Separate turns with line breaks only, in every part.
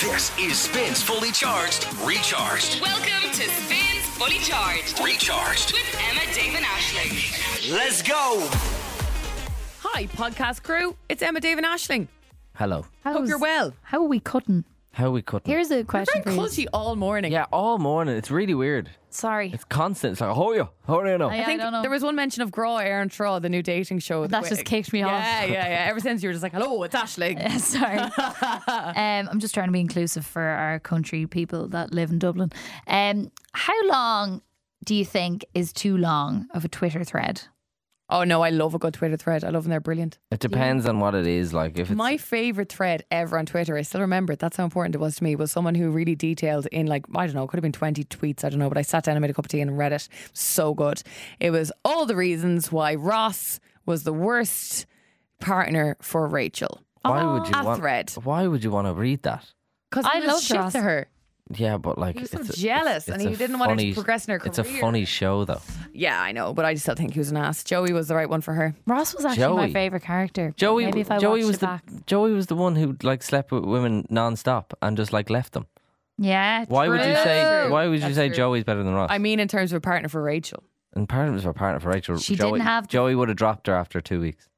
This is Spins Fully Charged, Recharged,
Welcome to Spins Fully Charged
Recharged.
with Emma Damon Ashley.
Let's go.
Hi, podcast crew. It's Emma, Dave, and Ashling.
Hello.
Hope
How's-
you're well.
How are we cutting?
How we cutting?
Here's a
Very
question for you.
cutty all morning.
yeah, all morning. It's really weird.
Sorry.
It's constant. It's like, how are you? How are you now?
I
Yeah, I
think
don't know.
there was one mention of Gra Aaron Traw, the new dating show.
That just kicked me
yeah,
off.
Yeah, yeah, yeah. Ever since you were just like, hello, it's Ashling.
Sorry. um, I'm just trying to be inclusive for our country people that live in Dublin. Um, how long do you think is too long of a Twitter thread?
Oh no, I love a good Twitter thread. I love them. They're brilliant.
It depends on what it is. Like if it's
My favorite thread ever on Twitter, I still remember it. That's how important it was to me. Was someone who really detailed in like I don't know, it could have been twenty tweets. I don't know, but I sat down and made a cup of tea and read it. So good. It was all the reasons why Ross was the worst partner for Rachel.
why would you
a
want
thread.
Why would you want to read that?
Because
I loved
shit
Ross.
to her.
Yeah, but like
was so
it's a-
jealous and
a
he didn't want her to
funny-
progress in her
It's a
career.
funny show though.
Yeah, I know, but I still think he was an ass. Joey was the right one for her.
Ross was actually
Joey.
my favorite character.
Joey,
Maybe if I
Joey
watched
was
it
the
back.
Joey was the one who like slept with women non-stop and just like left them.
Yeah.
Why would you say?
true.
Why would you say Joey's better than Ross?
I mean, in terms of a partner for Rachel.
and partner was her partner for Rachel.
She
Joey,
didn't have-
Joey would have dropped her after two weeks.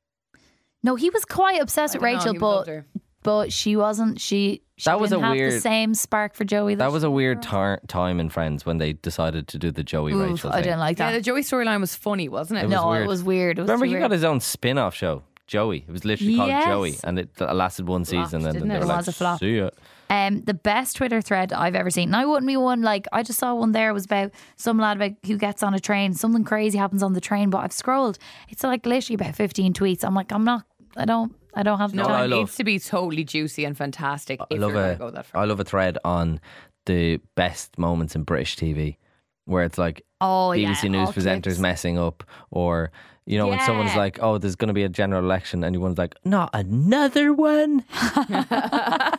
No, he was quite obsessed with
I don't know,
Rachel,
he loved
but
her.
but she wasn't. She, she
That was
didn't
a
have the
weird-
same spark for Joey.
That was a weird tar- time in Friends when they decided to do the Joey
Oof,
Rachel
I
thing.
didn't like
Yeah, the
that.
Joey storyline was funny, wasn't it?
was
no,
weird.
it was weird. It was
Remember,
too
he
weird.
got his own spin off show, Joey. It was literally
Yes.
called Joey, and it lasted one season, and
didn't
then they
it?
were
It
like,
was a flop.
"See ya."
Um, the best Twitter thread I've ever seen. And I wouldn't be one like I just saw one there was about some lad about who gets on a train. Something crazy happens on the train, but I've scrolled. It's like literally about fifteen tweets. I'm like, I'm not. I don't. I don't have the
No,
I
it
time.
love-
needs to be totally juicy and fantastic
I
if
love
you're going
a,
to go that far.
I love a thread on the best moments in British TV, where it's like
Oh, yeah,
BBC News
all
presenters
clips.
messing up, or you know when someone's
Yeah.
like, "Oh, there's going to be a general election," and anyone's like, "Not another one." uh,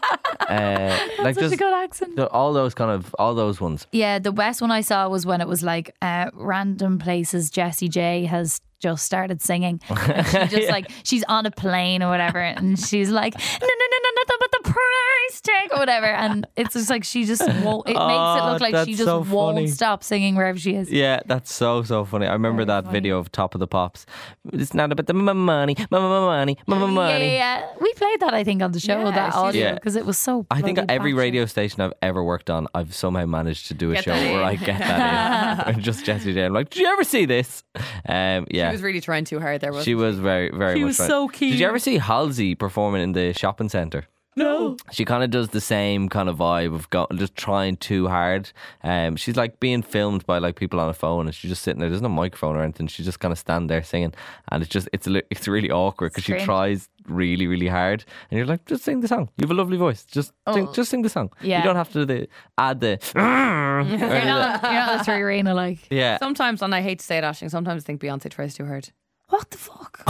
like
Such
just
a good accent.
the- all those kind of all those ones.
Yeah, the best one I saw was when it was like uh, random places. Jessie J has just started singing. And she just like she's on a plane or whatever, and she's like, no, no, no, no, nothing but the price tag or whatever. And it's just like she just won't. It makes it
Oh,
look like she
that's
just
so
won't
funny.
stop singing wherever she is.
Yeah, that's so so funny. I remember that video of Top of the Pops. It's not about the m- money, m- m- money, m- m-
Yeah,
money.
yeah, yeah. We played that, I think, on the show,
Yeah,
that
she's-
audio,
Yeah.
because it was so.
I think
bloody
every
batshit.
radio station I've ever worked on, I've somehow managed to do a
Get
show
that
where
in.
I get that in. Just Jessie J. I'm like, did you ever see this? Um, yeah.
She was really trying too hard there, wasn't
She was very, very
She
much
was
right.
so
Did
cute.
you ever see Halsey performing in the shopping centre?
No.
She kind of does the same kind of vibe of go, just trying too hard. Um, she's like being filmed by like people on a phone, and she's just sitting there. There's no microphone or anything. She's just kind of stand there singing, and it's just it's li- it's really awkward because she
cringe.
tries really really hard, and you're like, just sing the song. You have a lovely voice. Just sing, just sing the song.
Yeah.
You don't have to do the, add the. or any of
You're
that.
not, you're not the three arena, like.
Yeah.
Sometimes, and I hate to say it, Ashing, sometimes I think Beyonce tries too hard.
What the fuck?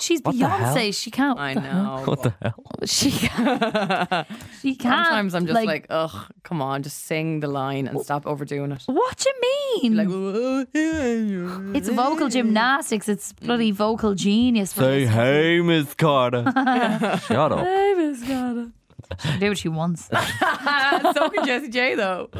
She's
the hell?
Beyonce. She can't.
I know.
What the hell?
She she can't.
Sometimes I'm just like, ugh, come on, just sing the line and stop overdoing it.
what do you mean?
Like, oh,
it's vocal gymnastics. It's
Mm.
bloody vocal genius. for
Say
this.
hey, Miss Carter. Shut up.
Baby's got it. She can do what she wants.
so can Jessie J, though.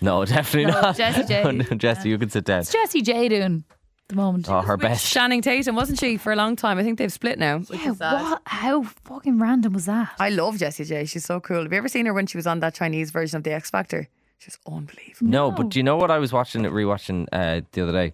No, definitely
No,
not. Oh,
Jessie J.
No, no, Jessie, you can sit down.
What's Jessie J doing at the moment?
Oh, her best.
Shanning Tatum, wasn't she, for a long time? I think they've split now.
yeah, what? How fucking random was that?
I love Jessie J. She's so cool. Have you ever seen her when she was on that Chinese version of The X Factor? She was unbelievable.
No, but do you know what I was watching, rewatching uh, the other day?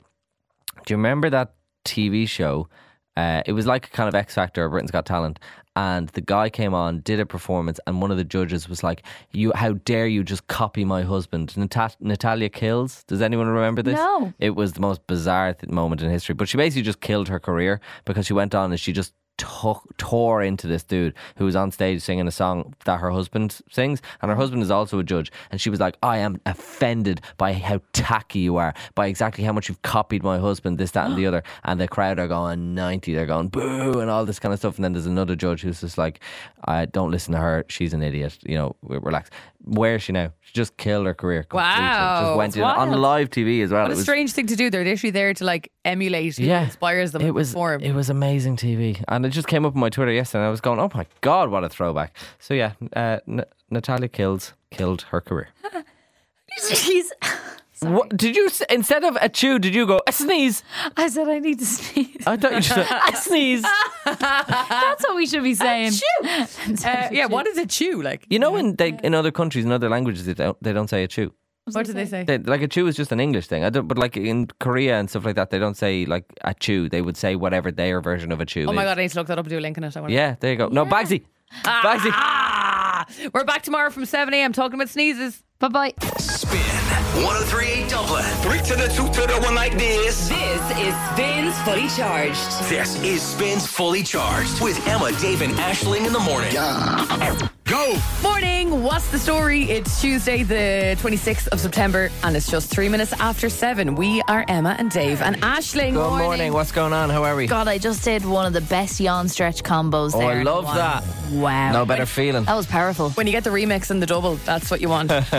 Do you remember that TV show? Uh, it was like a kind of X Factor or Britain's Got Talent. And the guy came on, did a performance, and one of the judges was like, "You, how dare you just copy my husband, Nata- Natalia Kills?" Does anyone remember this?
No.
It was the most bizarre th- moment in history. But she basically just killed her career because she went on and she just took, tore into this dude who was on stage singing a song that her husband sings. And her husband is also a judge. And she was like, I am offended by how tacky you are, by exactly how much you've copied my husband, this, that, and the other. And the crowd are going 90. They're going boo and all this kind of stuff. And then there's another judge who's just like, I don't listen to her. She's an idiot. You know, w- relax. Where is she now? She just killed her career. Completely.
Wow.
Just went
That's
in on
wild.
live TV as well.
What
It
a
was
strange thing to do. They're literally there to like emulate who
Yeah.
inspires them
It
and
was
perform.
it was amazing TV, and it just came up on my Twitter yesterday. and I was going, "Oh my god, what a throwback!" So yeah, uh, N- Natalia kills killed her career.
Jeez.
What did you s- instead of a chew? Did you go a sneeze?
I said I need to sneeze.
I thought you just a sneeze.
That's what we should be saying.
Uh, yeah, what is a chew like?
You know, in they, in other countries, in other languages, they don't they don't say a chew.
What do they say?
They, like a chew is just an English thing. I don't, but like in Korea and stuff like that, they don't say like a chew. They would say whatever their version of a chew.
Oh my
is.
god, I need to look that up and do a link in it. I want
Yeah, there you go. No, Bagsy, Bagsy.
Ah, we're back tomorrow from 7 a.m. talking about sneezes.
Bye bye.
Spin 1038 Dublin. Three to the two to the one like this.
This is Spins Fully Charged.
This is Spins Fully Charged with Emma, Dave, and Ashling in the morning. Go!
Morning, what's the story? It's Tuesday, the 26th of September, and it's just three minutes after 7. We are Emma and Dave and Ashling.
Good morning. What's going on? How are we?
God, I just did one of the best yawn stretch combos
Oh,
there.
I
in
love
one.
that.
Wow.
No better feeling.
That was powerful.
When you get the remix and the double, that's what you want. Do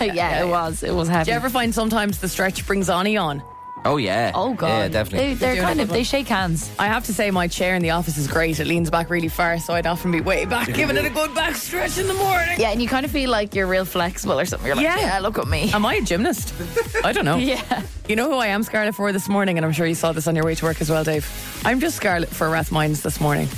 yeah, it was. It was heavy.
you ever find sometimes the stretch brings Ani on?
Oh yeah.
oh god.
Yeah, definitely.
They,
Doing
are kind
it.
of they shake hands.
I have to say, my chair in the office is great. It leans back really far, so I'd often be way back, giving it a good back stretch in the morning.
Yeah, and you kind of feel like you're real flexible or something. You're like,
Yeah.
yeah, Um, look at me.
Am I a gymnast? I don't know.
yeah.
You know who I am Scarlett for this morning, and I'm sure you saw this on your way to work as well, Dave. I'm just Scarlett for Rathmines this morning.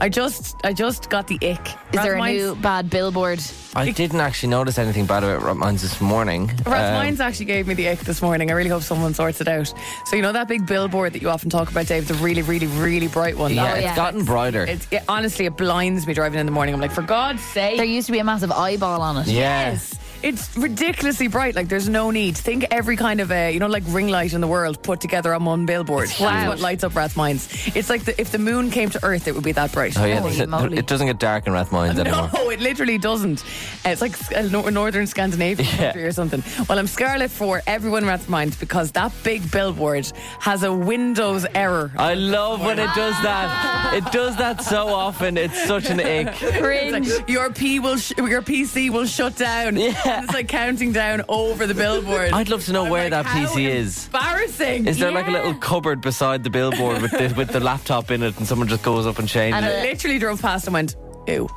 I just, I just got the ick.
Is there a new bad billboard?
I didn't actually notice anything bad about Rathmines this morning. Uh,
Um,
Rathmines actually gave me the ick this morning. I really hope someone sorts it out. So you know that big billboard that you often talk about, Dave, the really, really, really bright one.
Yeah,
That one?
it's
Oh, yeah.
gotten brighter.
It's, it, honestly, it blinds me driving in the morning. I'm like, for God's sake.
There used to be a massive eyeball on it.
yeah.
Yes. It's ridiculously bright. Like there's no need. Think every kind of uh, you know like ring light in the world put together on one billboard. That's what lights up Rathmines. It's like the, if the moon came to Earth, it would be that bright.
Oh yeah.
Holy
th- th-
moly.
It doesn't get dark in Rathmines anymore.
No, it literally doesn't. Uh, It's like Sc- uh, nor- northern Scandinavia country or something. Well, I'm scarlet for everyone Rathmines because that big billboard has a Windows error.
I love when it does that. It does that so often. It's such an ick.
Cringe.
It's like, your P will sh- your PC will shut down.
Yeah.
And it's like counting down over the billboard.
I'd love to know
I'm
where
like,
that
how
PC is.
Embarrassing.
Is there like a
Yeah.
little cupboard beside the billboard with the, with the laptop in it, and someone just goes up and changes
And
it?
a-
I literally drove past and went, ew.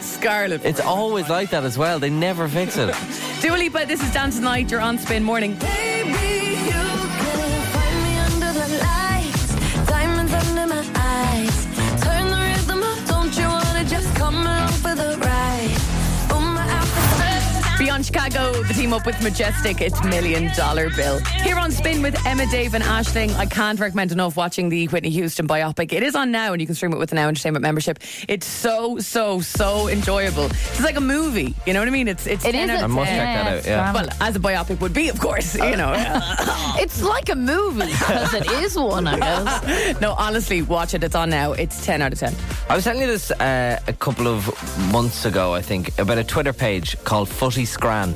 Scarlet.
It's always like that as well. They never fix it.
Dua Lipa, this is Dance Tonight. You're on Spin Morning.
Baby, you can find me under the lights, diamonds under my eyes. Turn the rhythm up, don't you wanna just come along for the ride? Oh my outfit's
Beyond Chicago, the team up with Majestic, it's Million Dollar Bill. Here on Spin with Emma, Dave, and Ashling, I can't recommend enough watching the Whitney Houston biopic. It is on now, and you can stream it with the Now Entertainment membership. It's so, so, so enjoyable. It's like a movie. You know what I mean? It's it's
It
10
is.
out
a
of
I must
10.
check that out,
it's
yeah.
drama.
Well, as a biopic would be, of course. You know.
it's like a movie because it is one, I guess.
no, honestly, watch it. It's on now. It's ten out of ten.
I was telling you this uh, a couple of months ago, I think, about a Twitter page called Footy Scran.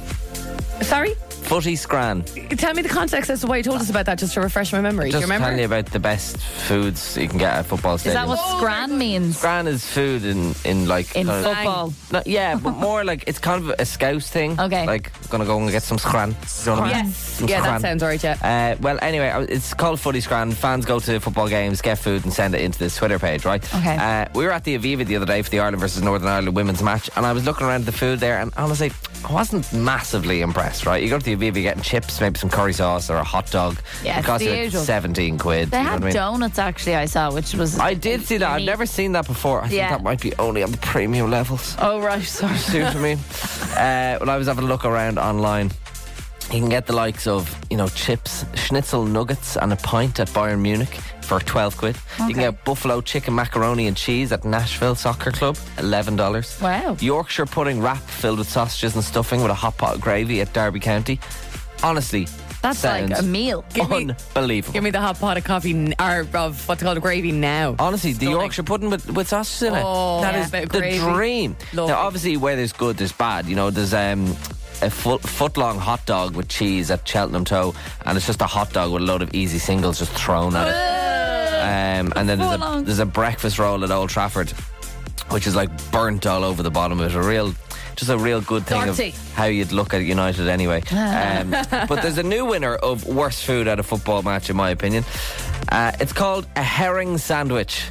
Sorry.
Footy Scran.
Tell me the context as to why you told us about that, just to refresh my memory. Do
Just
you remember?
telling you about the best foods you can get at football
Is
stadium.
that what scran means?
Scran is food in, in like
In
kind of-
football.
No, yeah, but more like it's kind of a scouse thing.
Okay.
Like gonna go and get some scran. You know what I mean?
Yes.
Some
Yeah, that
scran.
sounds right, yeah.
Uh, well, anyway, I- it's called Footy Scran. Fans go to football games, get food, and send it into this Twitter page, right?
Okay.
Uh, we were at the Aviva the other day for the Ireland versus Northern Ireland women's match, and I was looking around at the food there, and honestly, I wasn't massively impressed, right? You go to the Aviva, you're getting chips, maybe some curry sauce or a hot dog.
Yeah,
it
it's
costs
the
you like
usual.
17 quid.
They
you know
had
what I mean?
donuts actually. I saw, which was
I did see that. I've
unique.
never seen that before. I
Yeah.
think that might be only on the premium levels.
Oh right, sorry.
See what I mean? Uh, when I was having a look around online, you can get the likes of, you know, chips, schnitzel nuggets, and a pint at Bayern Munich for 12 quid. You can get buffalo chicken macaroni and cheese at Nashville Soccer Club, $11.
Wow.
Yorkshire pudding wrap filled with sausages and stuffing with a hot pot of gravy at Derby County. Honestly,
That's
sounds
like a meal.
unbelievable.
Give me the hot pot of coffee n- or of what's called gravy now.
Honestly, the Yorkshire pudding with, with sausages in it.
Oh,
that
yeah.
is
Bit of
the
gravy.
dream.
Lovely.
Now, obviously, where there's good, there's bad. You know, there's um, a foot, foot long hot dog with cheese at Cheltenham Toe, and it's just a hot dog with a load of easy singles just thrown at it. Um, and then there's a,
Footlong.
there's a breakfast roll at Old Trafford, which is like burnt all over the bottom of it. A real Just a real good thing
Dirty.
of how you'd look at United anyway. Um, but there's a new winner of worst food at a football match, in my opinion. Uh, it's called a herring sandwich.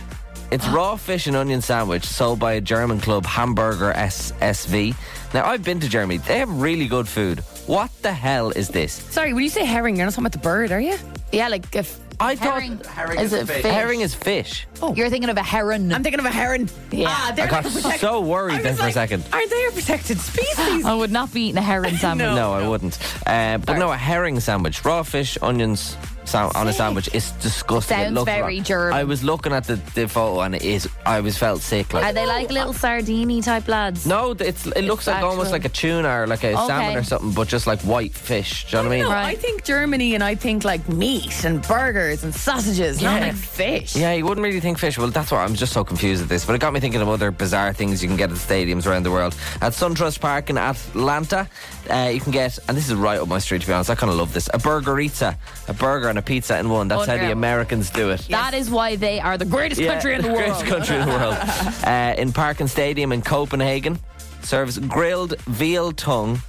It's raw fish and onion sandwich sold by a German club, Hamburger SSV. Now, I've been to Germany. They have really good food. What the hell is this?
Sorry, when you say herring, you're not talking about the bird, are you?
Yeah, like if
I
Herring.
thought
Herring
is it fish?
herring is fish.
You're thinking of a heron.
I'm thinking of a heron.
Yeah.
Ah, they're
I got
like a protect-
so
I
worried
was
then for
like,
a second. Oh.
Aren't they a protected species?
I would not be eating a herring sandwich.
No, I wouldn't. Uh, but no, a herring sandwich, raw fish, onions sa- on a sandwich is disgusting.
Sounds
looks
very
wrong.
German.
I was looking at the, the photo and it is. I was felt sick.
Are
Like
they like little sardini type lads?
no, th- it's it looks like almost
actual.
like a tuna or like a
Okay.
salmon or something, but just like white fish. Do you know what I mean?
No, I
Right.
think Germany and I think like meat and burgers and sausages, not
Yeah.
like fish.
Yeah, you wouldn't really think fish. Well, that's why I'm just so confused at this. But it got me thinking of other bizarre things you can get at stadiums around the world. At SunTrust Park in Atlanta, uh, you can get, and this is right up my street to be honest, I kind of love this, a burgerita. A burger and a pizza in one. That's how the
Unreal.
Americans do it.
That is why they are the greatest
Yeah,
country in the world.
Greatest country in the world. Uh, in Park and Stadium in Copenhagen, serves grilled veal tongue,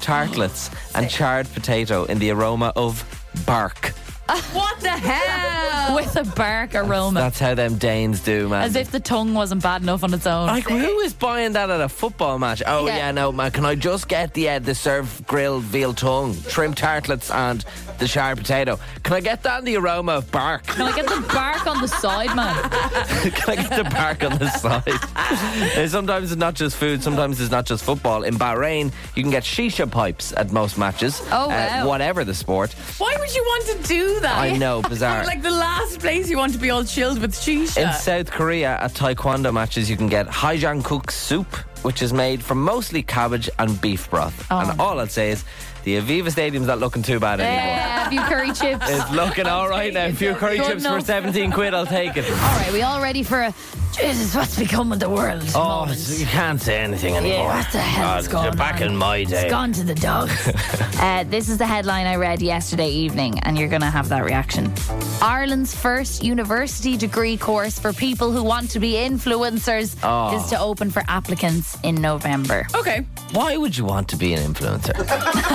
tartlets, and charred potato in the aroma of bark.
What the hell?
With a bark aroma.
That's how them Danes do, man.
As if the tongue wasn't bad enough on its own.
Like who is buying that at a football match? Oh yeah,
Yeah.
no man. Can I just get the uh, the served grilled veal tongue, shrimp tartlets, and the charred potato? Can I get that in the aroma of bark?
Can I get the bark on the side, man?
Can I get the bark on the side? And sometimes it's not just food. Sometimes it's not just football. In Bahrain, you can get shisha pipes at most matches.
Oh,
uh,
wow.
whatever the sport.
Why would you want to do that?
I know, bizarre.
like the last place you want to be all chilled with shisha.
In South Korea, at taekwondo matches, you can get Haijang Cook soup, which is made from mostly cabbage and beef broth. And all I'd say is the Aviva Stadium's not looking too bad anymore.
Yeah, a few curry chips.
It's looking all right now. A few curry
Good
chips for
enough.
17 quid, I'll take it.
All right, we all ready for a Jesus? What's become of the world?
Oh,
moment?
you can't say anything anymore.
what the hell's
God,
going on?
Back in my day.
It's gone to the dogs.
Uh, this is the headline I read yesterday evening, and you're going to have that reaction. Ireland's first university degree course for people who want to be influencers
Oh.
is to open for applicants in November.
okay,
Why would you want to be an influencer?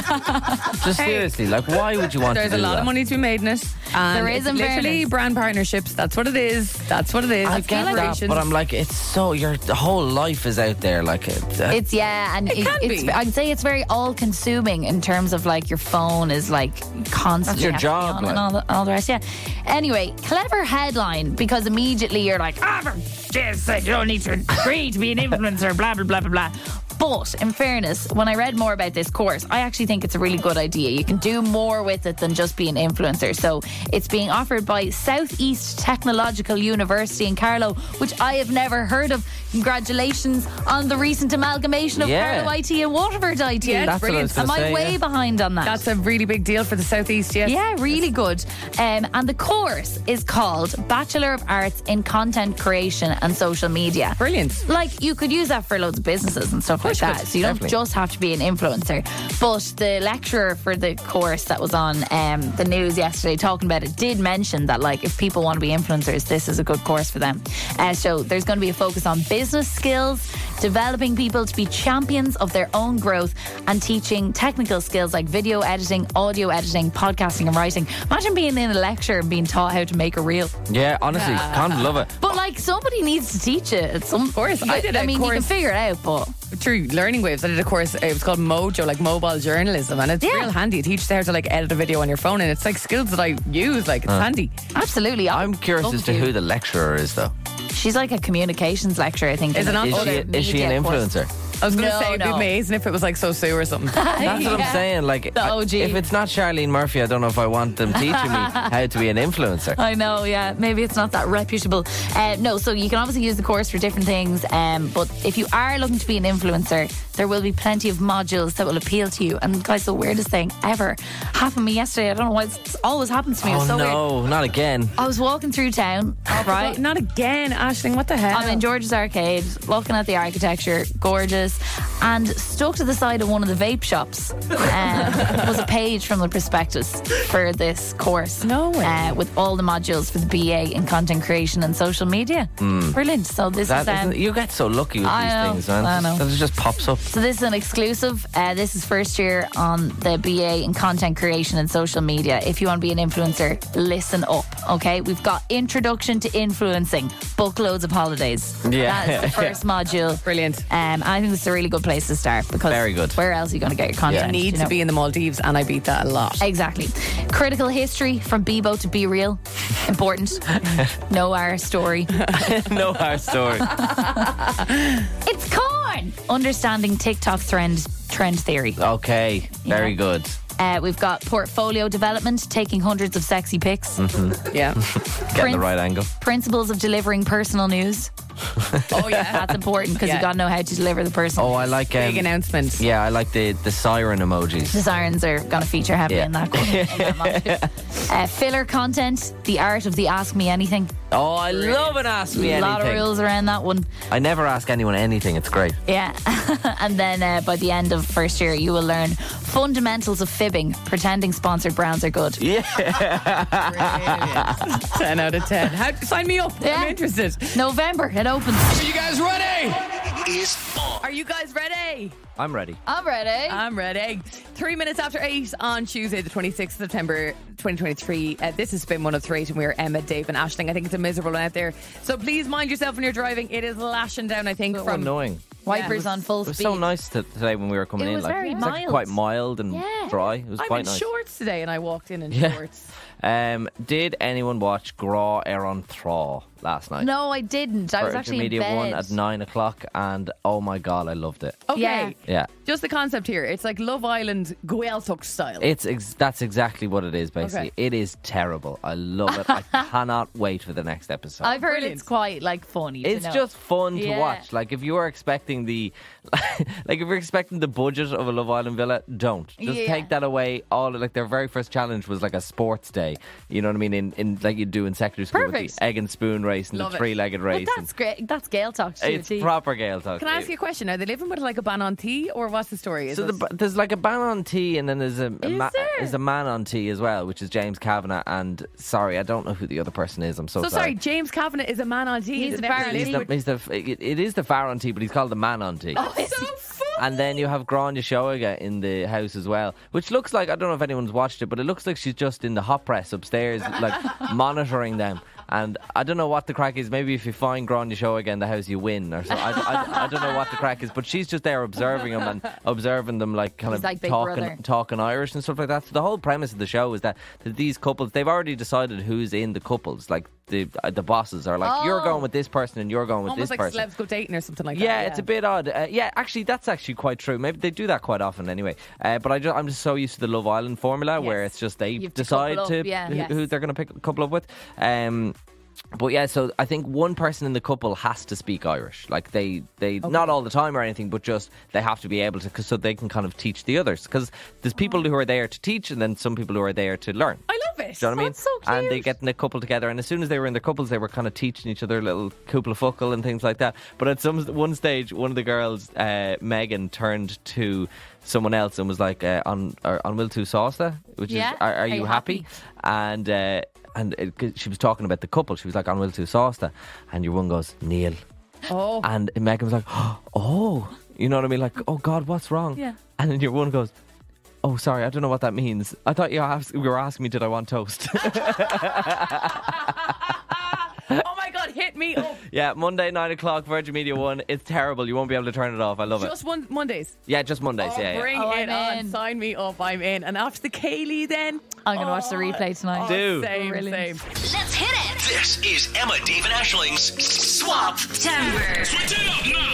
Just seriously, like, why would you want
there's
to
a
do
lot
that?
of money to be made in it. And
There is,
it's
in
literally
fairness.
brand partnerships. That's what it is. That's what it is.
I
It's
get that,
collaborations.
but I'm like, it's so your whole life is out there. Like, it's, uh,
It's yeah, and it
can
it's,
be.
I'd say it's very all-consuming in terms of like your phone is like constantly
your
have to be
job,
on
like.
and all the, all the rest. Yeah. Anyway, clever headline because immediately you're like, ah, for Jesus, sake, you don't need to agree to be an influencer, blah blah blah blah blah. But in fairness, when I read more about this course, I actually think it's a really good idea. You can do more with it than just be an influencer. So it's being offered by Southeast Technological University in Carlow, which I have never heard of. Congratulations on the recent amalgamation of
Yeah.
Carlow IT and Waterford IT.
Yeah,
that's what I
brilliant.
was
Am
gonna
I
say,
way
yeah.
behind on that?
That's a really big deal for the southeast. Yes.
yeah, really good. Um, and the course is called Bachelor of Arts in Content Creation and Social Media.
Brilliant.
Like you could use that for loads of businesses and stuff like
you
that.
could,
so you
definitely.
don't just have to be an influencer. But the lecturer for the course that was on um, the news yesterday talking about it did mention that like if people want to be influencers, this is a good course for them. Uh, so there's going to be a focus on business skills, developing people to be champions of their own growth, and teaching technical skills like video editing, audio editing, podcasting, and writing. Imagine being in a lecture and being taught how to make a reel.
yeah, honestly, can't love it.
But like somebody needs to teach it at some. Of
course, I did a
I mean, you can
course-
figure it out, but
through learning waves. I did a course. It was called Mojo, like mobile journalism, and it's
Yeah.
real handy. It teaches you how to like edit a video on your phone, and it's like skills that I use. Like it's handy.
absolutely. I
I'm
would
curious
love
as to who the lecturer is, though.
She's like a communications lecturer, I think.
Is
in
it not?
Is
Oh,
other
she is she an
media course.
influencer?
I was going to
No,
say it'd be
no.
amazing if it was like so Sue or something.
That's what I'm
Yeah.
saying. Like,
The
I-
OG.
if it's not Charlene Murphy, I don't know if I want them teaching me how to be an influencer.
I know, yeah. Maybe it's not that reputable. Uh, no, so you can obviously use the course for different things, um, but if you are looking to be an influencer, there will be plenty of modules that will appeal to you. And guys, the weirdest thing ever happened to me yesterday. I don't know why it's always happens to me.
oh
it's so weird.
no, not again.
I was walking through town, right?
Not again, Ashling. What the hell?
I'm in George's Arcade, looking at the architecture, gorgeous. hours and stuck to the side of one of the vape shops uh, was a page from the prospectus for this course.
No way.
Uh, with all the modules for the BA in content creation and social media. Brilliant. So this is
Hmm. That
um,
isn't, you get so lucky with
I
these
know,
things, man.
I know.
That it just pops up.
So this is an exclusive. Uh, this is first year on the BA in content creation and social media. If you want to be an influencer, listen up. Okay, we've got introduction to influencing, book loads of holidays.
Yeah.
that's the first module.
Brilliant.
Um, I think it's a really good place to start because
Very good.
Where else are you going to get your content?
Yeah.
Need
you
to
know?
be in the Maldives, and I beat that a lot.
Exactly. Critical history from Bebo to Be Real. Important. know our story.
no our story.
It's corn. Understanding TikTok trend trend theory.
Okay, very
Yeah.
good.
Uh, we've got portfolio development, taking hundreds of sexy pics.
Yeah.
Mm-hmm. Getting
Prince-
the right angle.
Principles of delivering personal news.
oh yeah.
That's important because
Yeah.
you got to know how to deliver the personal.
Oh, I like um,
Big announcement.
Yeah, I like the the siren emojis.
The sirens are going to feature heavily
Yeah.
in that. one. In that module. uh, filler content, the art of the ask me anything.
Oh, I love an ask me
A
anything.
lot of rules around that one.
I never ask anyone anything. It's great.
Yeah. and then uh, by the end of first year, you will learn fundamentals of fibbing, pretending sponsored brands are good.
ten out of ten. How, sign me up.
Yeah.
I'm interested.
November, it opens.
Is on.
Are you guys ready?
I'm ready.
I'm ready.
Ah,
I'm ready. Three minutes after eight on Tuesday, the 26th of September, 2023. Uh, this has been 103, and we're Emma, Dave, and Ashling. I think it's a miserable one out there. So please mind yourself when you're driving. It is lashing down, I think,
So
Um,
from.
annoying.
Wipers
Yeah.
on full
It was
speed.
so nice to, today when we were coming
It
in.
was
like,
very
it was actually
mild.
quite mild and
Yeah.
dry. It was
I'm
quite
in
nice.
shorts today, and I walked in in
Yeah.
shorts.
Um, did anyone watch Gra Eron Thra last night?
No, I didn't. I was
Virgin
actually
Media
in bed.
One at nine o'clock, and oh my god, I loved it.
Okay.
Yeah.
Yeah,
Just the concept here. It's like Love Island Gaeltacht style.
it's ex- that's exactly what it is. Basically,
Okay.
it is terrible. I love it. I cannot wait for the next episode.
I've heard
Brilliant.
it's quite like funny. to
it's
know.
just fun to
Yeah.
watch. Like if you are expecting the, like if you're expecting the budget of a Love Island villa, don't just
Yeah.
take that away. All like their very first challenge was like a sports day. You know what I mean? In, in like you do in secondary school with
Perfect.
the egg and spoon race and
Love it.
the three legged
But
race.
that's great. That's Gail talk to
and
you,
it's
too.
proper Gael talk.
Can I ask you a question? Are they living with like a ban on tea, or what's the story? Is
So the,
it-
ba- there's like a ban on tea, and then there's a, a uh,
Is there?
there's a man on tea as well, which is James Kavanagh. And sorry, I don't know who the other person is. I'm so,
so sorry, James Kavanagh is a man on tea.
He's a
never
Baron.
lived
He's the,
with-
he's the, it, it is the far on tea, but he's called the man on tea.
Oh,
So funny.
And then you have Grania Shoiga in the house as well, which looks like I don't know if anyone's watched it, but it looks like she's just in the hot press upstairs, like monitoring them. And I don't know what the crack is. Maybe if you find Grania Shoiga in the house, you win, or so. I, I, I don't know what the crack is, but she's just there observing them and observing them, like kind
She's
of
like Big Brother.
talking, talking Irish and stuff like that. So the whole premise of the show is that, that these couples, they've already decided who's in the couples. Like the uh, the bosses are like, you're
Oh.
going with this person and you're going with
Almost
this
like
person.
celebs go dating or something like
Yeah,
that.
it's a bit odd. Uh, yeah, actually, that's actually quite true. Maybe they do that quite often anyway. Uh, but I just, I'm just so used to the Love Island formula where
Yes.
it's just they
You have to
decide
couple
to
up, yeah.
who,
Yes.
who they're going to pick a couple up with. Um, but yeah, so I think one person in the couple has to speak Irish. Like they, they not all the time or anything, but just they have to be able to, cause, so they can kind of teach the others. Because there's people
Uh-huh.
who are there to teach, and then some people who are there to learn.
I love it.
Do you know what I mean?
That's so
And they
cute.
get in a couple together, and as soon as they were in their couples, they were kind of teaching each other a little couple of fuckle and things like that. But at some one stage, one of the girls, uh, Megan, turned to someone else and was like, uh, "On or, on will tu sauce?" which
Yeah.
is, "Are, are you happy?" And uh, and it, 'cause she was talking about the couple. She was like, "On will tu sauce?" And your one goes, "Neil."
Oh,
And Megan was like, "Oh," you know what I mean? Like, "Oh God, what's wrong?"
Yeah.
And then your one goes. Oh, sorry. I don't know what that means. I thought you, asked, you were asking me, did I want toast?
oh my God, hit me up.
Yeah, Monday, 9 o'clock, Virgin Media 1. It's terrible. You won't be able to turn it off. I love
Just one Mondays.
it. Yeah, just Mondays. yeah, yeah.
Bring
Oh,
it
I'm
on.
in.
Sign me up. I'm in. And after the Kaylee, then.
I'm going to watch the replay tonight.
Do.
Same,
Brilliant.
same.
Let's hit it.
This is Emma, Dave, and Ashling's Swap.
Timber.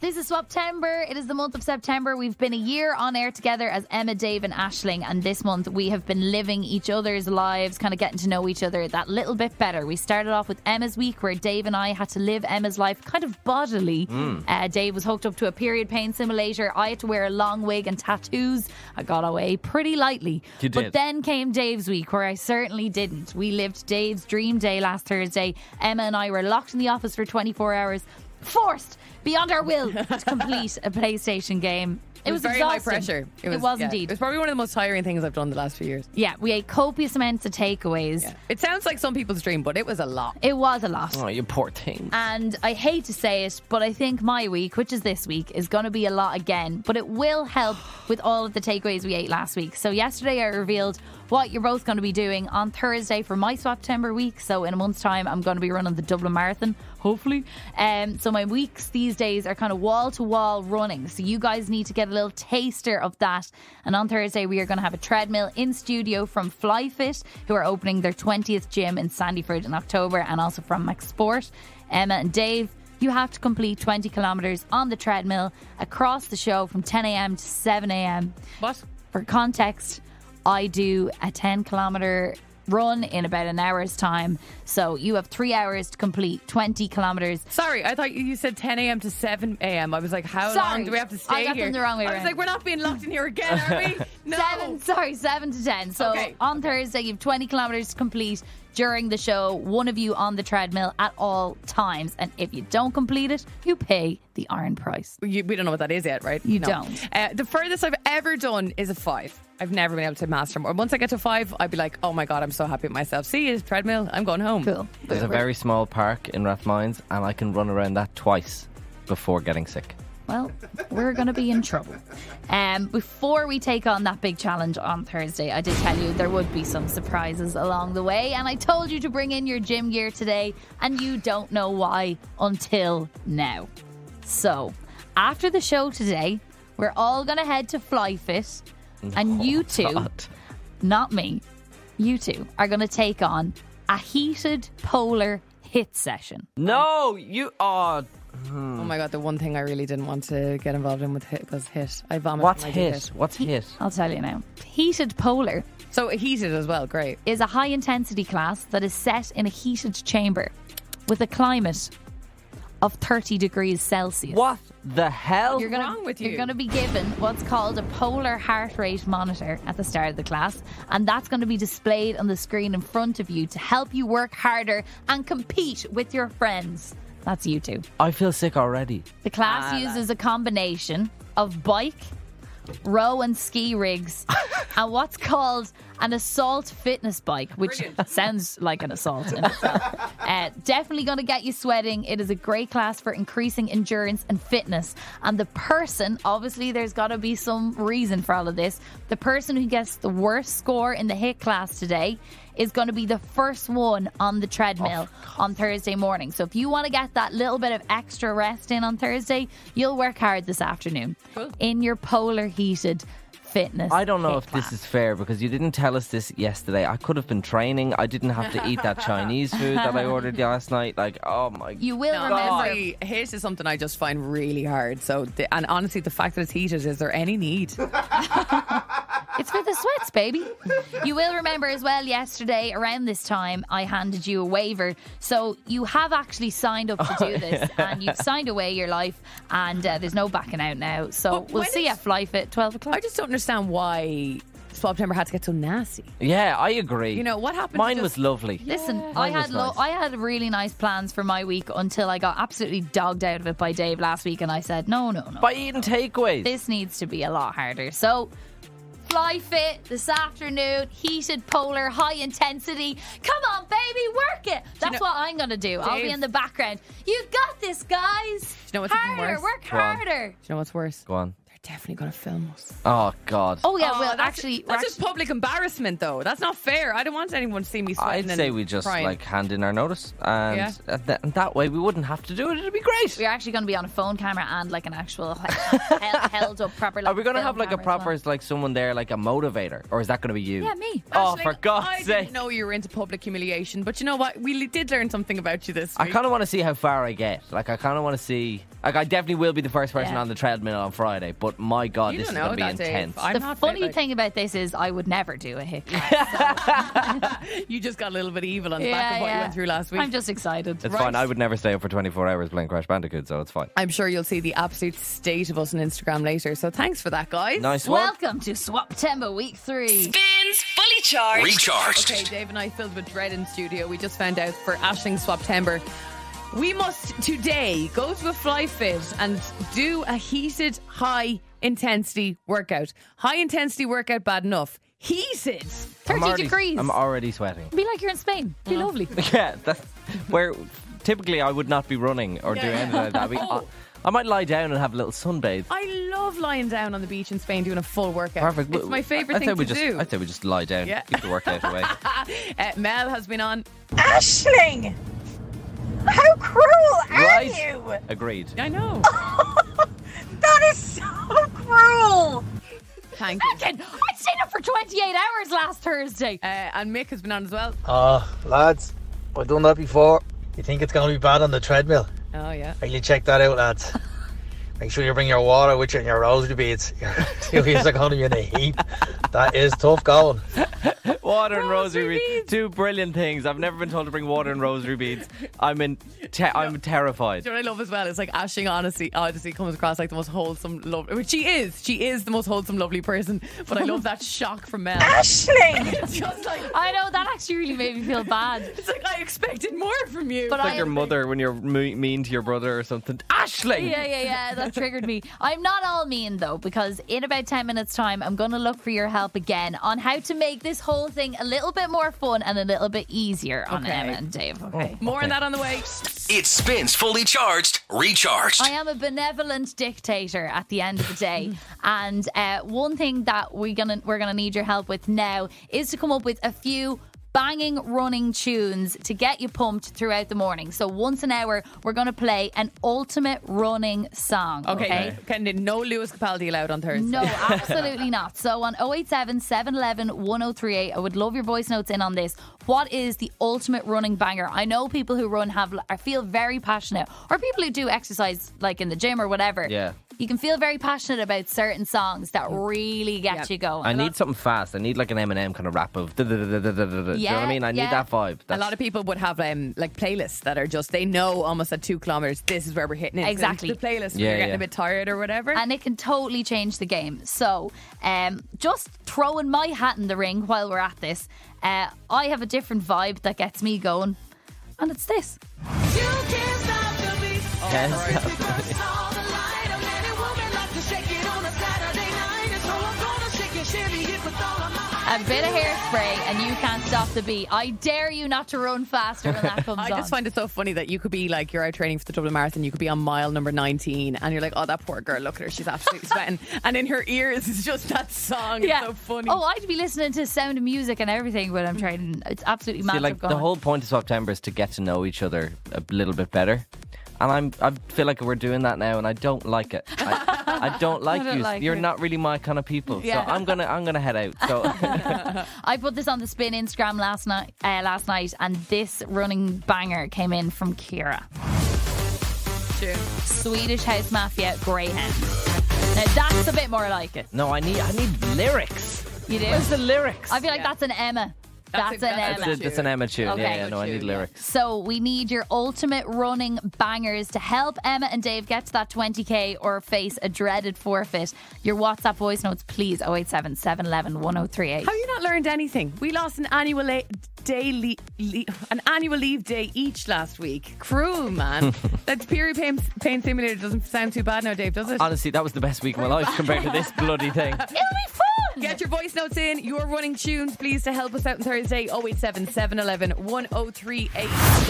This is Swaptember. It is the month of September. We've been a year on air together as Emma, Dave, and Ashling. And this month we have been living each other's lives, kind of getting to know each other that little bit better. We started off with Emma's week where Dave and I had to live Emma's life kind of bodily.
Mm.
Uh, Dave was hooked up to a period pain simulator. I had to wear a long wig and tattoos. I got away pretty lightly.
You
But
did.
then came Dave's week, where I certainly didn't. We lived Dave's dream day last Thursday. Emma and I were locked in the office for 24 hours. forced beyond our will to complete a PlayStation game. It, was,
very high
exhausting.
pressure.
It was,
yeah.
indeed.
It was probably one of the most tiring things I've done the last few years.
yeah, we ate copious amounts of takeaways.
It sounds like some people's dream, but it was a lot.
It was a lot.
Oh, you poor thing.
And I hate to say it, but I think my week, which is this week, is going to be a lot again. But it will help with all of the takeaways we ate last week. So, yesterday I revealed what you're both going to be doing on Thursday for my September week. So, in a month's time, I'm going to be running the Dublin Marathon, hopefully. Um, so, my weeks these days are kind of wall to wall running. So, you guys need to get a little taster of that. And on Thursday, we are going to have a treadmill in studio from FlyFit, who are opening their 20th gym in Sandyford in October, and also from Max Sport. Emma and Dave, you have to complete 20 kilometres on the treadmill across the show from 10 a.m. to 7 a.m.
What?
For context, I do a 10 kilometre run in about an hour's time. So you have three hours to complete 20 kilometres.
Sorry, I thought you- you said 10 a.m. to 7 a.m. I was like, how
Sorry,
long do we have to
I
stay
got them
here?
the wrong way
I was
around.
like, we're not being locked in here again, are we? No.
Seven, sorry, seven to ten. So
Okay.
on Thursday, you have 20 kilometres to complete during the show. One of you on the treadmill at all times. And if you don't complete it, you pay the iron price.
You- we don't know what that is yet, right?
You
No.
don't.
Uh, the furthest I've ever done is a five. I've never been able to master more. Once I get to five, I'd be like, oh my God, I'm so happy with myself. See you, treadmill. I'm going home.
Cool.
There's a very small park in Rathmines, and I can run around that twice before getting sick.
well, we're going to be in trouble. Um, before we take on that big challenge on Thursday, I did tell you there would be some surprises along the way, and I told you to bring in your gym gear today, and you don't know why until now. So, after the show today, we're all going to head to FlyFit, and you two
Oh, God.
not me, you two are going to take on a heated polar hit session.
No, you are.
Oh my God, the one thing I really didn't want to get involved in with hit was hit. I vomited.
What's
when I did
hit? What's hit?
I'll tell you now. Heated polar
So it heated as well. Great.
is a high intensity class that is set in a heated chamber with a climate of 30 degrees Celsius.
What the hell?
You're gonna,
wrong with
You're
you?
going to be given what's called a polar heart rate monitor at the start of the class, and that's going to be displayed on the screen in front of you to help you work harder and compete with your friends. That's you two.
I feel sick already.
The class uses a combination of bike, row and ski rigs, and what's called an assault fitness bike, which sounds like an assault in itself. Uh, definitely going to get you sweating. It is a great class for increasing endurance and fitness. And the person, obviously, there's got to be some reason for all of this. The person who gets the worst score in the hit class today is going to be the first one on the treadmill on Thursday morning. So if you want to get that little bit of extra rest in on Thursday, you'll work hard this afternoon in your polar heated fitness.
I don't know
hit
if
class.
this is fair because you didn't tell us this yesterday. I could have been training. I didn't have to eat that Chinese food that I ordered last night. Like, oh my.
You will remember.
Honestly, hit is something I just find really hard. So, the, and honestly, the fact that it's heated, is there any need?
It's for the sweats, baby. You will remember as well yesterday, around this time, I handed you a waiver. So you have actually signed up to do this and you've signed away your life and uh, there's no backing out now.
But
So we'll
Oh, when
see
is-
you at Fly Fit 12 o'clock.
I just don't understand why Swaptember had to get so nasty.
Yeah, I agree.
You know, what happened to
Mine
just-
was lovely.
Listen, I
Mine
had
was
lo-
nice.
I had really nice plans for my week until I got absolutely dogged out of it by Dave last week and I said, no, no, no.
By eating takeaways.
this needs to be a lot harder. So, fly fit this afternoon, heated polar, high intensity. Come on, baby, work it. That's
know-
what I'm going to do. I'll be
Dave-
in the background. You got this, guys.
know what's even
harder,
worse?
work
Go on.
harder.
Do you know what's worse?
Go on.
They're definitely going to film us.
Oh, God.
Oh, yeah,
Oh,
well,
that's-
actually,
that's just public embarrassment, though. That's not fair. I don't want anyone to see me sweating.
I'd say
and
we just
crying.
like hand in our notice, and
Yeah.
at that- and that way we wouldn't have to do it. It'd be great.
we're actually going to be on a phone camera and like an actual like, held, held up proper. Like,
Are we gonna
film
have like a
camera as
proper,
well.
like someone there, like a motivator, or is that gonna be you?
Yeah, me.
Oh,
Ashling,
for God's
I
sake!
didn't know you were into public humiliation, but you know what? We li- did learn something about you this
I
week.
kind of want to see how far I get. Like, I kind of want to see. Like, I definitely will be the first person
Yeah.
on the treadmill on Friday. But my God,
You
this is
don't
going
know
to be
that, Dave.
intense.
I'm
The
not
funny
like-
thing about this is, I would never do a hit. yeah,
You just got a little bit evil on the back of what you
yeah.
went through last week.
I'm just excited.
It's fine. I would never stay up for 24 hours playing Crash Bandicoot, so it's fine.
I'm sure you'll see the absolute state of us on Instagram later. So thanks for that, guys.
Nice one.
Welcome to Swap Timber Week Three.
Spins Fully Charged.
Recharged.
Okay, Dave and I filled with dread in studio. We just found out for Ashling Swaptember, We must today go to a fly fit and do a heated, high intensity workout. High intensity workout, bad enough. Heated, 30
I'm already,
degrees.
I'm already sweating.
Be like you're in Spain. Be lovely.
Yeah, that's where typically I would not be running or doing anything like that. I'd be- I, I might lie down and have a little sunbathe.
I love lying down on the beach in Spain doing a full workout.
Perfect.
It's my favourite
I
thing
think we
to
just,
do.
I think we just lie down,
Yeah.
keep the workout away.
Uh, Mel has been on.
Ashling! How cruel are
Right.
you?
Agreed.
I know.
That is so cruel!
Thank you.
Fucking- I'd stayed up for 28 hours last Thursday.
Uh, and Mick has been on as well.
Ah, lads, I've done that before. You think it's going to be bad on the treadmill?
Oh, yeah.
Will you check that out, lads? Make sure you bring your water with you and your rosary beads. Your two wheels are going to be in a heap. That is tough going.
Water and rosary beads. Two brilliant things. I've never been told to bring water and rosary beads. I'm in. Te- I'm terrified.
Do you know what I love as well? It's like Ashing Odyssey, Odyssey comes across like the most wholesome, lovely. Which she is. She is the most wholesome, lovely person. But I love that shock from Mel.
Ashling!
Just like,
I know that actually really made me feel bad.
it's like I expected more from you.
But
But
I
Like your mother when you're me- mean to your brother or something. Ashling.
Yeah, yeah, yeah. That triggered me. I'm not all mean though, because in about 10 minutes' time, I'm going to look for your help again on how to make this whole thing a little bit more fun and a little bit easier on
Okay.
Emma and Dave.
Oh.
Okay.
more on that on the way.
It spins fully charged, recharged.
Oh,
I am a benevolent dictator at the end of the day, and uh, one thing that we're gonna we're gonna need your help with now is to come up with a few. Banging running tunes to get you pumped throughout the morning. So, once an hour, we're going to play an ultimate running song.
Okay.
okay?
Can no Lewis Capaldi allowed on Thursday?
No, absolutely not. So on 087 711 1038, I would love your voice notes in on this. What is the ultimate running banger? I know people who run have I feel very passionate, or people who do exercise like in the gym or whatever.
Yeah. Mm.
You can feel very passionate about certain songs that really get
Yep.
you going.
I need something fast. I need like an Eminem kind of rap of. da- da- da- da- da- da- da- da. Do you know what
Yeah,
I mean? I
yeah.
need that vibe.
A lot of people would have um, like playlists that are just they know almost at two kilometers this is where we're hitting it. So
Exactly.
the playlist when
Yeah,
you're getting
yeah.
a bit tired or whatever.
and it can totally change the game. So, um, just throwing my hat in the ring while we're at this, uh, I have a different vibe that gets me going, and it's this. A bit of hairspray and you can't stop the beat. I dare you not to run faster when that comes
I
on.
just find it so funny that you could be like you're out training for the Dublin Marathon, you could be on mile number 19, and you're like, oh, that poor girl, look at her, she's absolutely sweating, and in her ears is just that song. It's so funny.
Oh, I'd be listening to sound of music and everything when I'm training. It's absolutely
See,
mad.
like the whole point of September is to get to know each other a little bit better. And I'm, I feel like we're doing that now, and I don't like it. I, I don't like
don't
you.
like
You're
it.
not really my kind of people.
Yeah.
So I'm gonna, I'm gonna head out. So
I put this on the spin Instagram last night. Uh, last night, and this running banger came in from Kira.
Tune.
Swedish House Mafia Greyhound. Now that's a bit more like it.
no, I need, I need lyrics.
You do.
Where's the lyrics?
I feel like that's an Emma. That's,
That's a-
an
that's
Emma.
That's, a, that's an Emma tune.
Okay.
Yeah, yeah, no, I need
Tune, yeah.
lyrics.
So we need your ultimate running bangers to help Emma and Dave get to that 20k or face a dreaded forfeit. Your WhatsApp voice notes, please 087 711 1038.
How you not learned anything? We lost an annual la- day le- le- an annual leave day each last week. Cruel, man. that period pain, pain simulator doesn't sound too bad now, Dave, does it?
Honestly, that was the best week of my life compared to this bloody thing.
It'll be fun!
Get your voice notes in, your running tunes, please, to help us out on Thursday Oh, 087 711 1038.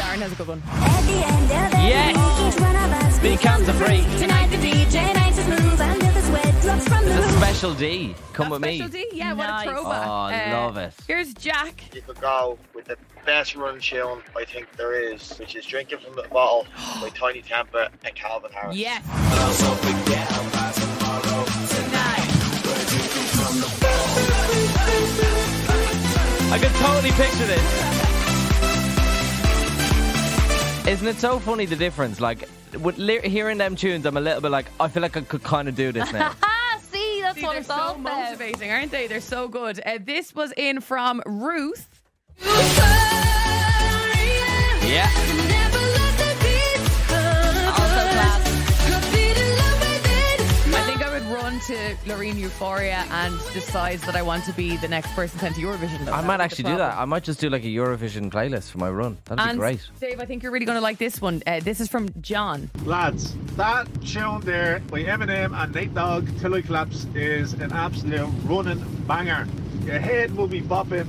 Darren has a good one.
At the end of every
Yes.
week, each one of us
Becomes a freak.
Tonight the DJ makes us move until the sweat drops from the
That's
roof.
Special D, come with me.
Special D? Uh, Yeah,
Nice.
what a throwback.
Oh, I love it.
Here's Jack.
you could go with the best run tune I think there is, which is drinking from the bottle by Tiny Temper and Calvin Harris.
Yes.
I can totally picture this. Isn't it so funny the difference? Like, with le- hearing them tunes, I'm a little bit like, I feel like I could kind of do this now.
Ah, see, that's
See,
what
they're
it's all
so
about.
motivating, aren't they? They're so good. Uh, this was in from Ruth.
yeah.
Also class.
I think I would run to Loreen Euphoria and decides that I want to be the next person sent to Eurovision. though.
I
That would
might
be the
actually do
problem.
that. I might just do like a Eurovision playlist for my run. That'd be
and
great.
Dave, I think you're really going to like this one. Uh, this is from John.
Lads, that tune there by Eminem and Nate Dogg, Till I Collapse, is an absolute running banger. Your head will be bopping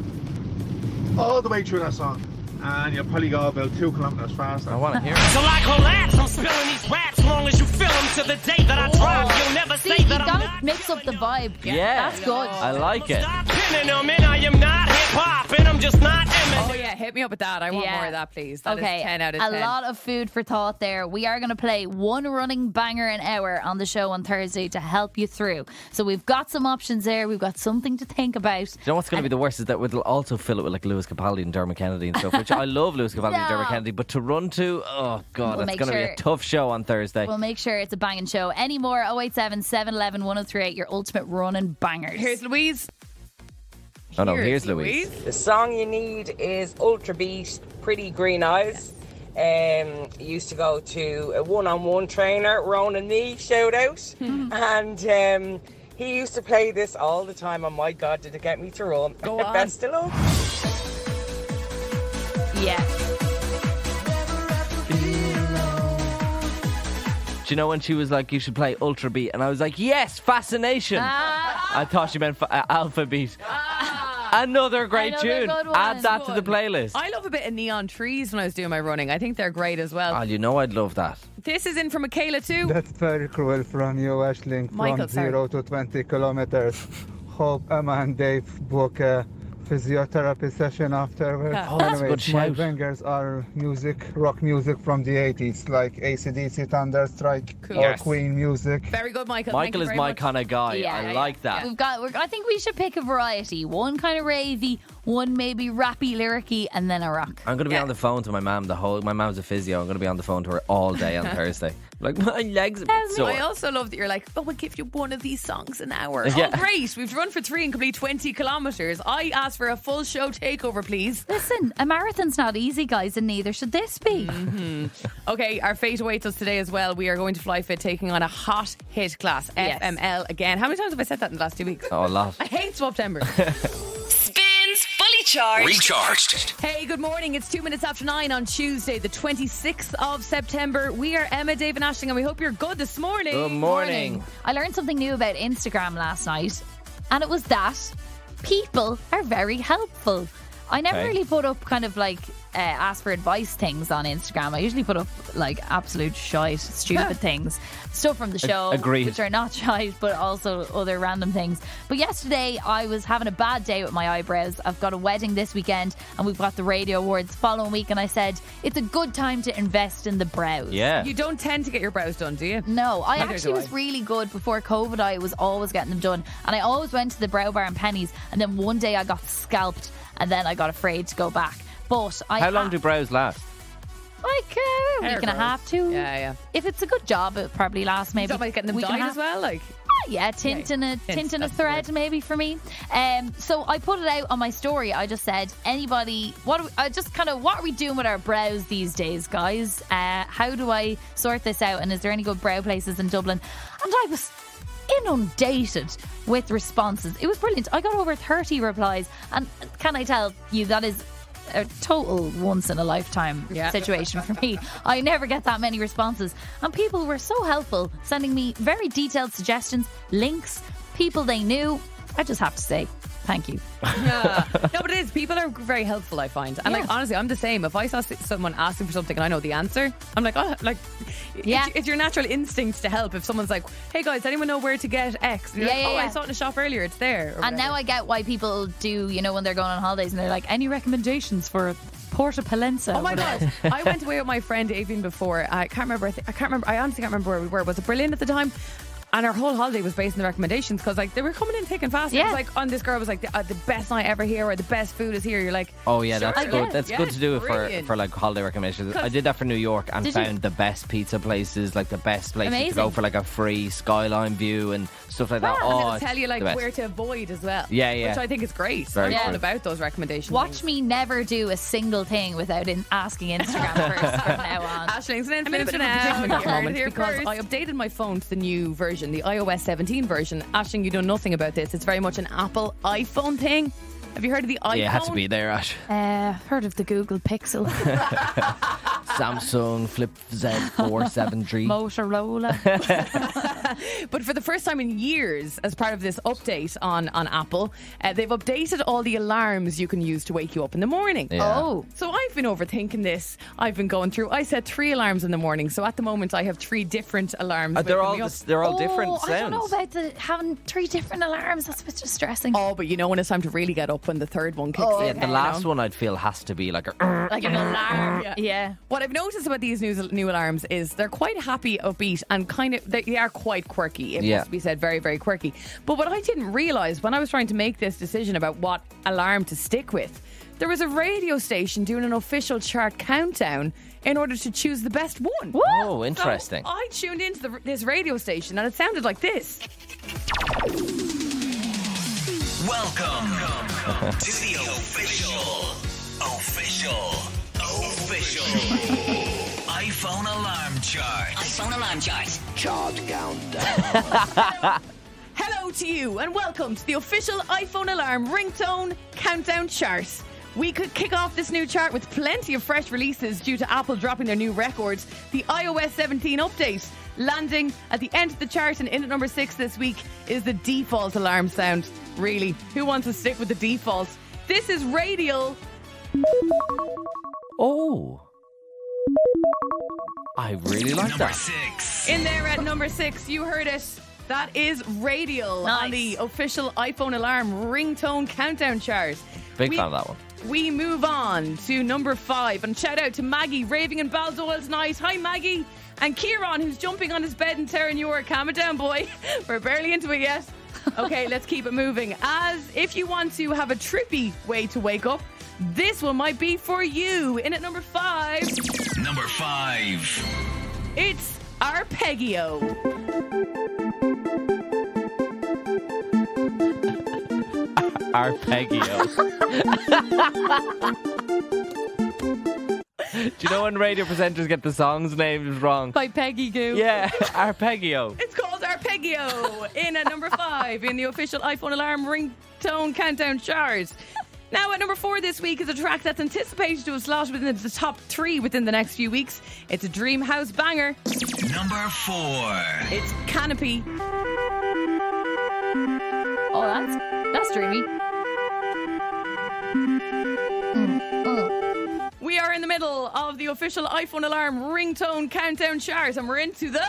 all the way through that song, and you'll probably go about two kilometers faster. I
want to hear
Till I collapse, I'm spilling these raps long as you feel 'em to the day that I drive. You'll never
See,
say
you
that I'm
don't mix up the vibe. That's good.
I like it.
pinning 'em, and I am not hip hop, and I'm just not Eminem.
Oh yeah, hit me up with that. I want
Yeah.
more of that, please. That is
okay,
ten out of
a
ten.
lot of food for thought there. We are going to play one running banger an hour on the show on Thursday to help you through. So we've got some options there. We've got something to think about.
You know what's going to be the worst is that we'll also fill it with like Lewis Capaldi and Dermot Kennedy and stuff, which I love Lewis Capaldi and Dermot
No.
Kennedy, but to run to, oh God,
We'll
that's
make
going to be
sure-
a tough show on Thursday.
We'll make sure it's a banging show. Any more? 087 711 1038, your ultimate running bangers. Here's
Louise.
oh no, here's Louise.
The song you need is Ultra Beat, Pretty Green Eyes. Um, used to go to a one-on-one trainer, Ron and me, shout out,
Mm-hmm.
and um, he used to play this all the time. And my God, did it get me to run?
Go on.
Best of luck.
Yeah.
Do you know when she was like, you should play Ultra Beat? And I was like, yes, Fascination.
Ah.
I thought she meant fa- uh, Alpha Beat. Another great
Another
tune.
good one.
Add that to the playlist.
I love a bit of neon trees when I was doing my running. I think they're great as well.
Oh, you know I'd love that.
This is in from Michaela too.
That's very cruel from you, Ashling, from
Michael, sorry.
0 to 20 kilometers. Hope Emma and Dave book a physiotherapy session afterwards.
Oh, that's a
Anyway,
good
My
shout.
fingers are music, rock music from the 80s, like ACDC, Thunderstrike,
Cool.
or
Yes.
Queen music.
Very good, Michael.
Michael is my kind of guy.
Yeah,
I
yeah,
like that.
We've got. We're, I think we should pick a variety. One kind of ravey, one maybe rappy, lyricy, and then a rock.
I'm going to be on the phone to my mum the whole. My mum's a physio. I'm going to be on the phone to her all day on Thursday. Like my legs are sore.
I also love that you're like, oh, we'll give you one of these songs an hour.
Yeah.
Oh, great. We've run for three and complete 20 kilometres. I asked for a full show takeover, please.
Listen, a marathon's not easy, guys, and neither should this be.
Okay, our fate awaits us today as well. We are going to Fly Fit taking on a hot hit class, FML again. How many times have I said that in the last two weeks?
Oh, a lot.
I hate September.
Spins fully charged.
Recharged.
Hey, good morning. It's two minutes after nine on Tuesday, the 26th of September. We are Emma, Dave, and Ashling, and we hope you're good this morning.
Good morning.
I learned something new about Instagram last night, and it was that people are very helpful. I never
Okay.
really put up kind of like uh, ask for advice things on Instagram. I usually put up like absolute shite, stupid things, stuff from the
Ag-
show,
agreed.
which are not shite, but also other random things. But yesterday, I was having a bad day with my eyebrows. I've got a wedding this weekend, and we've got the radio awards following week. And I said it's a good time to invest in the brows.
You don't tend to get your brows done, do you?
No, I
Neither
actually
do
was really good before COVID. I was always getting them done, and I always went to the brow bar and pennies. And then one day I got scalped, and then I got afraid to go back. But I
How long do brows last?
like uh, a
Hair
week and a
growth.
half, two.
Yeah, yeah.
If it's a good job, it probably lasts maybe. Like getting
them dyed as well, like.
Yeah, tinting a
Tint,
tinting a thread maybe for me. Um, so I put it out on my story. I just said, anybody, what? Are we, I just kind of what are we doing with our brows these days, guys? Uh, how do I sort this out? And is there any good brow places in Dublin? And I was inundated with responses. It was brilliant. I got over thirty replies, and can I tell you that is a total once in a lifetime
Yeah.
situation for me. I never get that many responses. And people were so helpful, sending me very detailed suggestions, links, people they knew. I just have to say, thank you.
Yeah. no, but it is. People are very helpful, I find. And, like, honestly, I'm the same. If I saw s- someone asking for something and I know the answer, I'm like, oh, like, yeah. it's, it's your natural instincts to help. If someone's like, hey, guys, does anyone know where to get X? And you're
Yeah,
like,
yeah,
oh, I
yeah.
saw it in a shop earlier. It's there. or
And now I get why people do, you know, when they're going on holidays and they're like, any recommendations for Porta Palenza?
Oh my god! I went away with my friend Avian before. I can't remember. I, think, I can't remember. I honestly can't remember where we were. Was it Berlin at the time? And our whole holiday was based on the recommendations because like they were coming in thick and fast. It was
Yeah.
like on this girl was like the, uh, the best night ever here or the best food is here. You're like,
Oh yeah,
sure.
that's good. That's
Yeah,
good to do it for
brilliant.
for like holiday recommendations. I
'Cause-
did that for New York and
Did you?
found the best pizza places, like the best places to go
Amazing.
for like a free skyline view and stuff like
Wow.
that. oh,
and it'll
it's
tell you
the
like
best.
where to avoid as well.
Yeah, yeah.
Which I think is great.
Very
I'm all
true.
about those recommendations.
Watch me never do a single thing without in- asking Instagram first from now on.
Ashling's an
I'm in a
influencer
bit of a
now
predicament at the
You heard it
moment
here
because
first. I updated my phone to the new version version, the iOS 17 version. Ashing, you know nothing about this. It's very much an Apple iPhone thing. Have you heard of the iPhone?
Yeah, it had to be there, Ash.
Uh, heard of the Google Pixel,
uh.
Samsung Flip Z473.
Motorola.
But for the first time in years, as part of this update on, on Apple, uh, they've updated all the alarms you can use to wake you up in the morning.
Yeah. Oh.
So I've been overthinking this. I've been going through. I set three alarms in the morning. So at the moment, I have three different alarms.
Uh, they're
waking
all
me up.
the s- they're all different
oh, I don't know
sounds.
about the having three different alarms. That's a bit distressing.
Oh, but you know when it's time to really get up when the third one kicks in.
Oh, okay.
Yeah, the
you
last
know?
one I'd feel has to be like a.
Like an alarm. Yeah. What I've noticed about these new, new alarms is they're quite happy, upbeat, and kind of, they, they are quite quirky. It
Yeah.
must be said, very, very quirky. But what I didn't realize when I was trying to make this decision about what alarm to stick with, there was a radio station doing an official chart countdown in order to choose the best one.
Oh, interesting.
So I tuned into the, this radio station and it sounded like this.
Welcome to the official, official, official iPhone alarm chart. iPhone alarm chart. Chart countdown.
Hello to you, and welcome to the official iPhone Alarm Ringtone Countdown Chart. We could kick off this new chart with plenty of fresh releases due to Apple dropping their new records. The iOS 17 update landing at the end of the chart and in at number six this week is the default alarm sound. Really, who wants to stick with the default? This is radial.
Oh. I really like that.
In there at number six, you heard it. That is Radial on the official iPhone Alarm Ringtone Countdown Chart.
Big
We-
fan of that one.
We move on to number five and shout out to Maggie raving in Baldoyle's night. Hi, Maggie. And Kieran, who's jumping on his bed and tearing your camera down, boy. We're barely into it yet. Okay, let's keep it moving. As if you want to have a trippy way to wake up, this one might be for you. In at number five,
Number five.
it's Arpeggio.
Arpeggio. Do you know when radio presenters get the songs names wrong?
By Peggy Goo.
Yeah, arpeggio.
It's called Arpeggio in at number five in the official iPhone alarm ringtone countdown chart. Now, at number four this week is a track that's anticipated to have slotted within the top three within the next few weeks. It's a Dream House banger.
Number four.
It's Canopy.
Oh, that's that's dreamy.
We are in the middle of the official iPhone alarm ringtone countdown chart, and we're into the.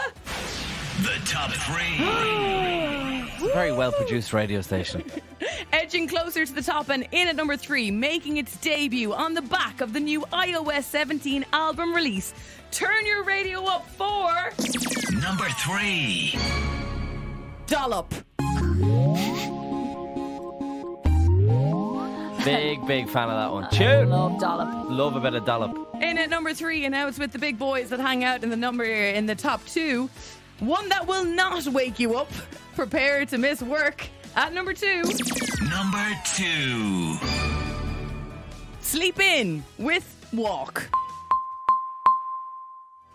The top three.
It's a very well produced radio station.
Edging closer to the top and in at number three, making its debut on the back of the new iOS 17 album release. Turn your radio up for.
Number three.
Dollop.
Big, big fan of that one. Tune.
Love dollop.
Love a bit of dollop.
In at number three, and now it's with the big boys that hang out in the number in the top two. One that will not wake you up. Prepare to miss work. At number two,
Number two.
sleep in with walk.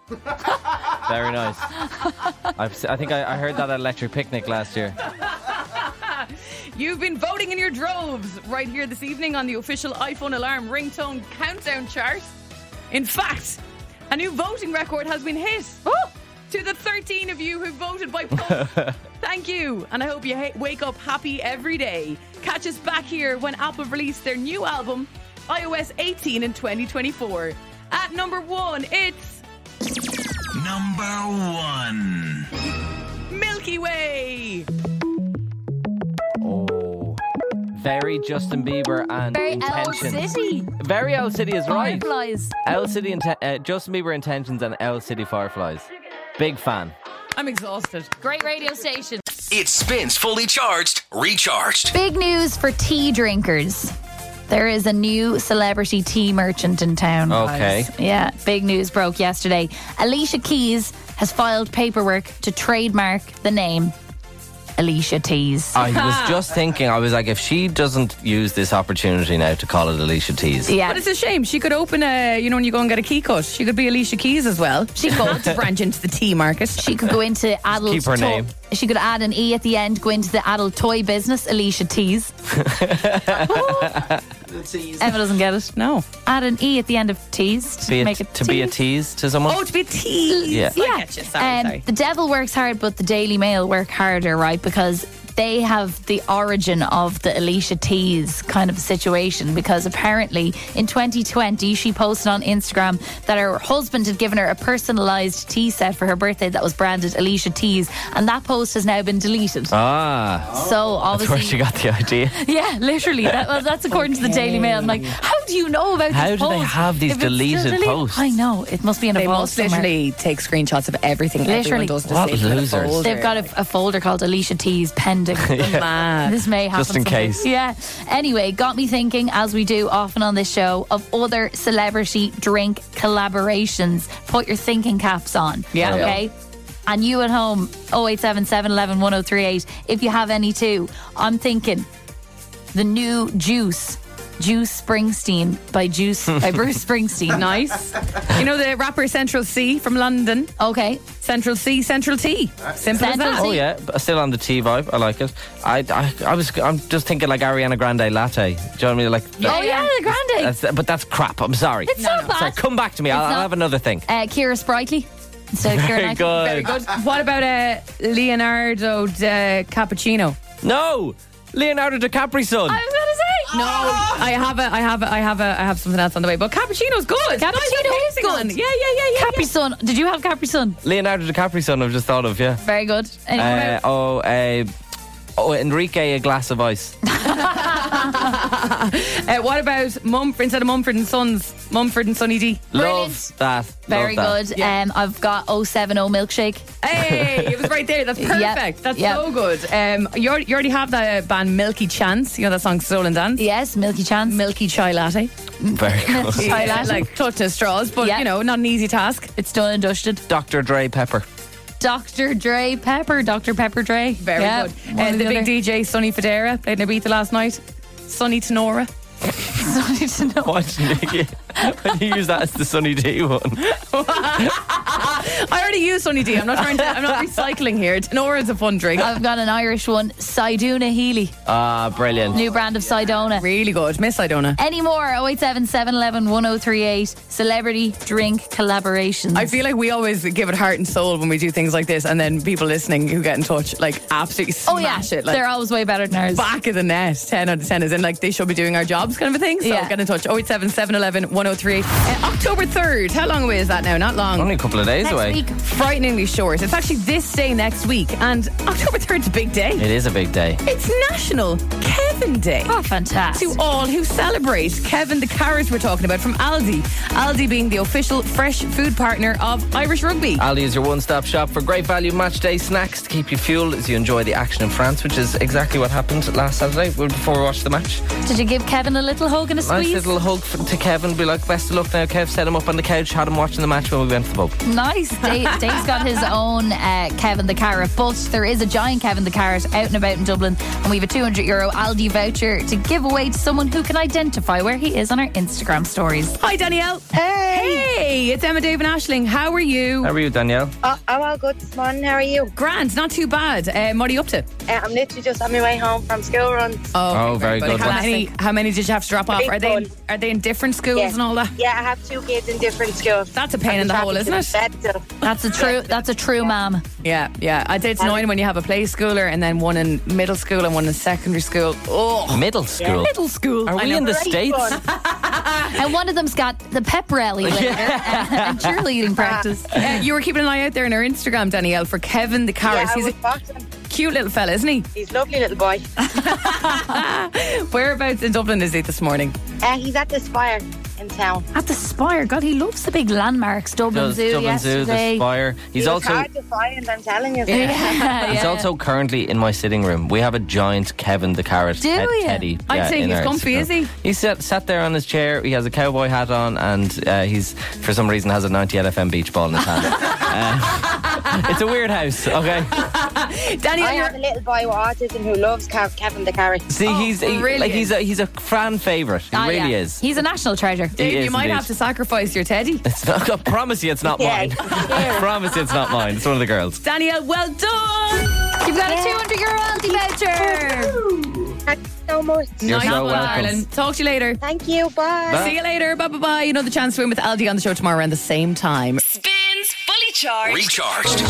Very nice. I've, s- I think I, I heard that at Electric Picnic last year.
You've been voting in your droves right here this evening on the official iPhone alarm ringtone countdown chart. In fact, a new voting record has been hit. Oh, to the 13 of you who voted by poll, thank you. And I hope you ha- wake up happy every day. Catch us back here when Apple release their new album, iOS 18 in 2024. At number one, it's
Number one.
Milky Way.
Oh. Very Justin Bieber and
Very Owl
intentions.
City.
Very Owl City is right.
Fireflies.
Owl City, Inten- uh, Justin Bieber intentions and Owl City Fireflies. Big fan.
I'm exhausted.
Great radio station.
It spins fully charged, recharged.
Big news for tea drinkers. There is a new celebrity tea merchant in town.
Oh.
guys.
Okay.
Yeah, big news broke yesterday. Alicia Keys has filed paperwork to trademark the name Alicia Tees.
I was just thinking, I was like, if she doesn't use this opportunity now to call it Alicia Tease.
But it's a shame. She could open a, you know, when you go and get a key cut, she could be Alicia Keys as well. She could branch into the tea market.
She could go into adult
Keep her
to-
name.
she could add an E at the end, go into the adult toy business, Alicia Tease. Emma doesn't get it.
No.
Add an E at the end of teased.
Be a-
make it
to be a tease to someone.
Oh, to be teased.
Yeah.
Yeah.
I
get you. Sorry,
Um,
sorry.
The devil works hard, but the Daily Mail work harder, right? Because they have the origin of the Alicia Tease kind of situation. Because apparently in 2020, she posted on Instagram that her husband had given her a personalized tea set for her birthday that was branded Alicia Tease. And that post has now been deleted.
Ah.
So
That's where she
obviously.
got the idea.
Yeah, literally. That, well, that's according to the Daily Mail. I'm like, how do you know about
How
this
do they
post
have these
if it's still
deleted posts?
I know. It must be in a
They
vault
must
somewhere.
literally take screenshots of everything everyone does. to
What
save them in a
losers.
folder.
They've got a, a folder called Alicia T's pending.
Yeah. Mad.
This may happen
Just in
someday.
case.
Yeah. Anyway, got me thinking, as we do often on this show, of other celebrity drink collaborations. Put your thinking caps on.
Yeah.
Okay. And you at home, 0877 11 1038, if you have any too. I'm thinking the new Juice, Juice Springsteen by Juice by Bruce Springsteen.
Nice. You know the rapper Central C from London?
Okay.
Central C, Central T. Simple as that.
Oh yeah, but still on the tea vibe. I like it. I, I, I was, I'm just thinking like Ariana Grande latte. Do you know what I mean? Like,
Oh, yeah, the Grande.
that's, but that's crap. I'm sorry.
It's not bad.
Sorry, come back to me. I'll,
It's
I'll
not-
have another thing.
Uh, Kira Sprightly. instead of Keira
Very
Knightley.
good.
Very good. What about uh, Leonardo de Cappuccino?
No, Leonardo DiCaprio's son.
I was gonna say
no. I have a, I have a, I have a, I have something else on the way. But cappuccino's good.
Cappuccino
Nice
is
amazing
good.
one. Yeah, yeah, yeah, yeah.
Capri Sun. Did you have Capri Sun?
Leonardo DiCaprio's son. I've just thought of yeah.
Very good. Any more
Uh,
out?
oh, uh, oh, Enrique, a glass of ice.
yeah. Uh, what about Mumford instead of Mumford and Sons? Mumford and Sonny D.
Love that.
Very
Love that.
good. Um, I've got 070 milkshake.
Hey, it was right there. That's perfect. That's
yep.
so good. Um, you al- you already have the band Milky Chance. You know that song Stolen Dance.
Yes, Milky Chance.
Milky chai latte.
Very good.
Chai
Yeah,
latte.
like clutching at straws, but
Yeah.
you know, not an easy task.
It's done and dusted.
Dr. Dre Pepper.
Dr. Dre Pepper. Dr. Pepper Dre.
Very
Yeah,
good.
one
And
or
the,
other.
big DJ Sonny Federa played in Ibiza last night. Sonny Tenora.
Sorry to know.
Why did you, why did you use that as the Sunny D one?
I already used Sonny D. I'm not trying to. I'm not recycling here. Tenora is a fun drink.
I've got an Irish one, Sidona Healy.
Ah, brilliant.
New brand of Sidona.
really good. Miss Idona.
Any more? 087 1038. Celebrity drink collaborations.
I feel like we always give it heart and soul when we do things like this, and then people listening who get in touch like absolutely
oh, yeah.
smash it. Like,
They're always way better than ours.
back of the net 10 out of 10 is in like they should be doing our jobs kind of a thing so
Yeah.
get in touch 087 711 1038 uh, October 3rd how long away is that now not long
Only a couple of days
Next
away.
week.
frighteningly short it's actually this day next week and October 3rd's a big day
It is a big day.
it's National Kevin Day
Oh, fantastic.
to all who celebrate Kevin the carrot we're talking about from Aldi Aldi being the official fresh food partner of Irish Rugby
Aldi is your one stop shop for great value match day snacks to keep you fueled as you enjoy the action in France, which is exactly what happened last Saturday well, before we watched the match.
Did you give Kevin a little hug and a
Nice
squeeze?
little hug f- to Kevin, be like, best of luck now, Kev. Set him up on the couch, had him watching the match when we went to the pub.
Nice. Dave, Dave's got his own uh, Kevin the Carrot, but there is a giant Kevin the Carrot out and about in Dublin, and we have a 200 euro Aldi voucher to give away to someone who can identify where he is on our Instagram stories.
Hi Danielle hey hey it's Emma Dave and Ashling how are you
How are you, Danielle?
Oh, I'm all good this morning. How are you?
Grant not too bad um, what are you up to
Uh, I'm literally just on my way home from school runs.
Oh, very good
How
one.
many, how many did you have to drop off?
big
Are they in,
one.
are they in different schools
Yeah.
and all that?
Yeah, I have two kids in different schools.
That's a pain in the hole, isn't it?
That's a true. That's a true, ma'am.
Yeah, yeah. I'd say it's annoying when you have a play schooler and then one in middle school and one in secondary school. Oh,
Middle school.
middle school.
Are
I
we
know.
in the States?
And one of them's got the pep rally later and cheerleading practice.
Uh, you were keeping an eye out there on our Instagram, Danielle, for Kevin the
Yeah,
Carrot.
I
He's
was
a
boxing.
cute little fella, isn't he?
He's a lovely little boy.
Whereabouts in Dublin is he this morning?
Uh, he's at the Spire in town.
At the Spire, God, he loves the big landmarks. Dublin
Does
Zoo
Dublin Zoo,
yesterday.
the Spire. He's
He was
also
hard to find, I'm telling you.
Yeah,
He's
yeah.
also currently in my sitting room. We have a giant Kevin the Carrot
Do
Ted-
you?
teddy.
I'd
yeah,
say
in
he's
our
comfy,
sitting
is
room. He sat, sat there on his chair. He has a cowboy hat on, and uh, he's for some reason has a 90 LFM beach ball in his hand. Uh, it's a weird house. Okay.
I
Danielle,
have a
you're,
little boy with autism who loves Kev- Kevin the Carrot.
See, he's he, like
brilliant.
he's a he's a fan favorite. He
Ah,
really
yeah.
is.
He's a national treasure.
He
Dave,
is
you might
indeed.
have to sacrifice your teddy.
It's not, I promise you, it's not
Yeah,
mine.
he's
I promise you, it's not mine. It's one of the girls.
Danielle, well done.
You've got a 200 euro royalty voucher.
Thank you so much.
You're
nice
so
one,
welcome.
Ireland. Talk to you later.
Thank you. Bye.
See you later. Bye bye bye. You know the chance to win with Aldi on the show tomorrow around the same time.
Spins Fully Charged.
Recharged.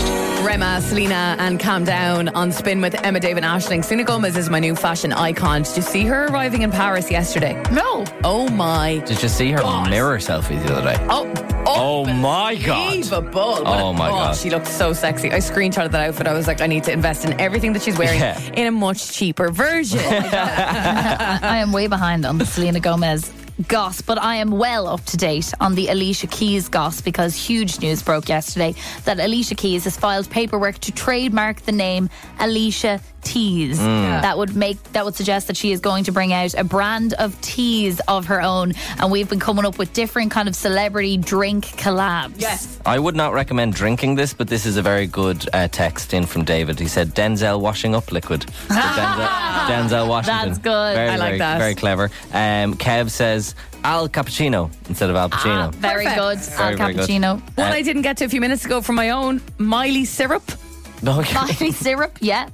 Rema, Selena, and Calm Down on Spin with Emma David Ashling. Selena Gomez is my new fashion icon. Did you see her arriving in Paris yesterday?
No.
Oh my.
Did you see her mirror selfie the other day?
Oh.
Oh, my god.
Unbelievable. What a-
Oh my God.
She looked so sexy. I screenshotted that outfit. I was like, I need to invest in everything that she's wearing
Yeah.
in a much cheaper version.
I am way behind on the Selena Gomez goss, but I am well up to date on the Alicia Keys goss because huge news broke yesterday that Alicia Keys has filed paperwork to trademark the name Alicia Teas.
Mm. Yeah.
That would make that would suggest that she is going to bring out a brand of teas of her own, and we've been coming up with different kind of celebrity drink collabs. Yes.
I would not recommend drinking this, but this is a very good uh, text in from David. He said Denzel washing up liquid. So Denzel, Denzel Washington.
That's good.
Very,
I like
very,
that.
Very clever. Um, Kev says Al Cappuccino instead of Al Pacino.
Uh, Very good.
Very,
Al
very good.
cappuccino.
Uh,
What I didn't get to a few minutes ago from my own Miley syrup.
Okay.
Coffee syrup, yeah.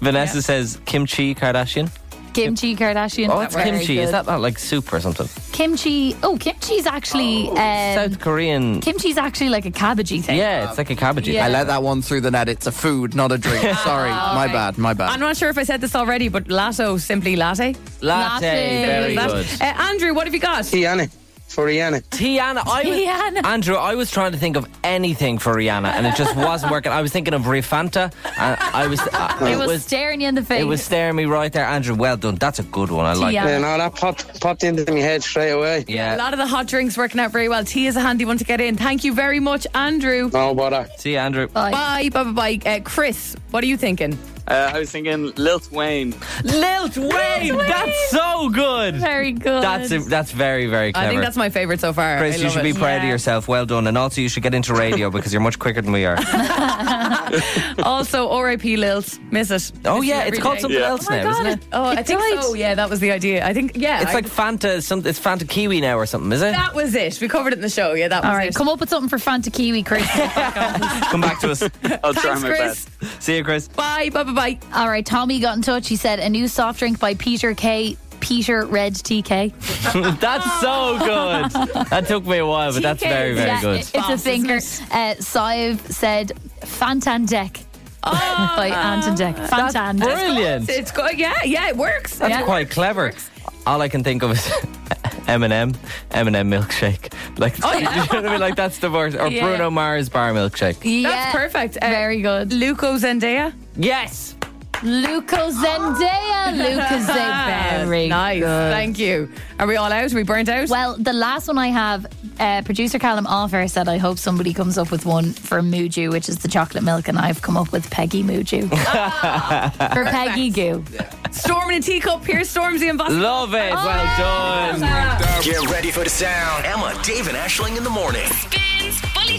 Vanessa says kimchi Kardashian.
Kimchi Kardashian.
Oh, it's
Very
kimchi. Is
good.
that not like soup or something?
kimchi? Oh, kimchi's actually um,
South Korean.
kimchi's actually like a cabbagey thing.
like a cabbagey.
Yeah.
I let that one through the net. It's a food, not a drink. Sorry, my bad, my bad.
I'm not sure if I said this already, but latto, simply latte.
Latte, very
Simple
good.
as that. Uh, Andrew, what have you got?
Tiana.
For Rihanna. Tiana. I was,
Tiana.
Andrew, I was trying to think of anything for Rihanna and it just wasn't working. I was thinking of Riefanta. And I was, I-
it was, staring you in the face.
It was staring me right there, Andrew. Well done. That's a good one. I like
Yeah. Yeah,
that.
no,
that popped, popped into my head straight away.
A
Yeah.
lot of the hot drinks working out very well. Tea is a handy one to get in. Thank you very much, Andrew.
No bother. See you, Andrew.
Bye, bye, bye, bye. Uh, Chris, what are you thinking?
Uh, I was thinking Lilt Wayne.
Lilt
Wayne, that's so good.
Very good.
That's, that's very, very clever.
I think that's my favourite so far. I
Chris, you
love
should
it.
be proud of yourself. Well done. And also, you should get into radio because you're much quicker than we are.
also, RIP Lilt. Miss it.
Oh,
Miss
yeah,
it
it's
every
called
day.
something Yeah. else
oh my
now,
God,
isn't it?
Oh, I
It
think
died.
so. Yeah, that was the idea. I think, yeah.
it's
I-
like Fanta. Some, it's Fanta Kiwi now or something, is it?
that was it. We covered it in the show. Yeah, that was
All right,
it.
come up with something for Fanta Kiwi, Chris.
Come back to us. I'll
try Thanks, my Chris.
best. See you, Chris.
Bye, bye, bye, bye.
All right, Tommy got in touch. He said a new soft drink by Peter K. Peter Red TK.
that's so good. That took me a while, but that's very, very
Yeah,
good.
It's a thinker. Uh, Sive said Fantan Deck by Anton Deck. Fantan.
Ah. brilliant.
It's good. Yeah, yeah, it works.
That's
yeah.
quite clever. All I can think of is M&M, M&M milkshake. Like, you know what I mean? Like, that's the worst. Or
Oh, Yeah.
Bruno Mars bar milkshake.
That's perfect. Uh,
very good.
Luco Zendaya.
Yes.
Luco Zendaya. Luco Zendaya. Very
nice.
good.
Thank you. Are we all out? Are we burnt out?
Well, the last one I have, uh, producer Callum Offer said, I hope somebody comes up with one for Muju, which is the chocolate milk, and I've come up with Peggy Muju. for Peggy Goo.
Storm in a teacup. Here's Stormzy and Boston.
Love it.
Oh,
Well done.
Get ready for the sound. Emma, Dave, and Ashling in the morning.
Spins Fully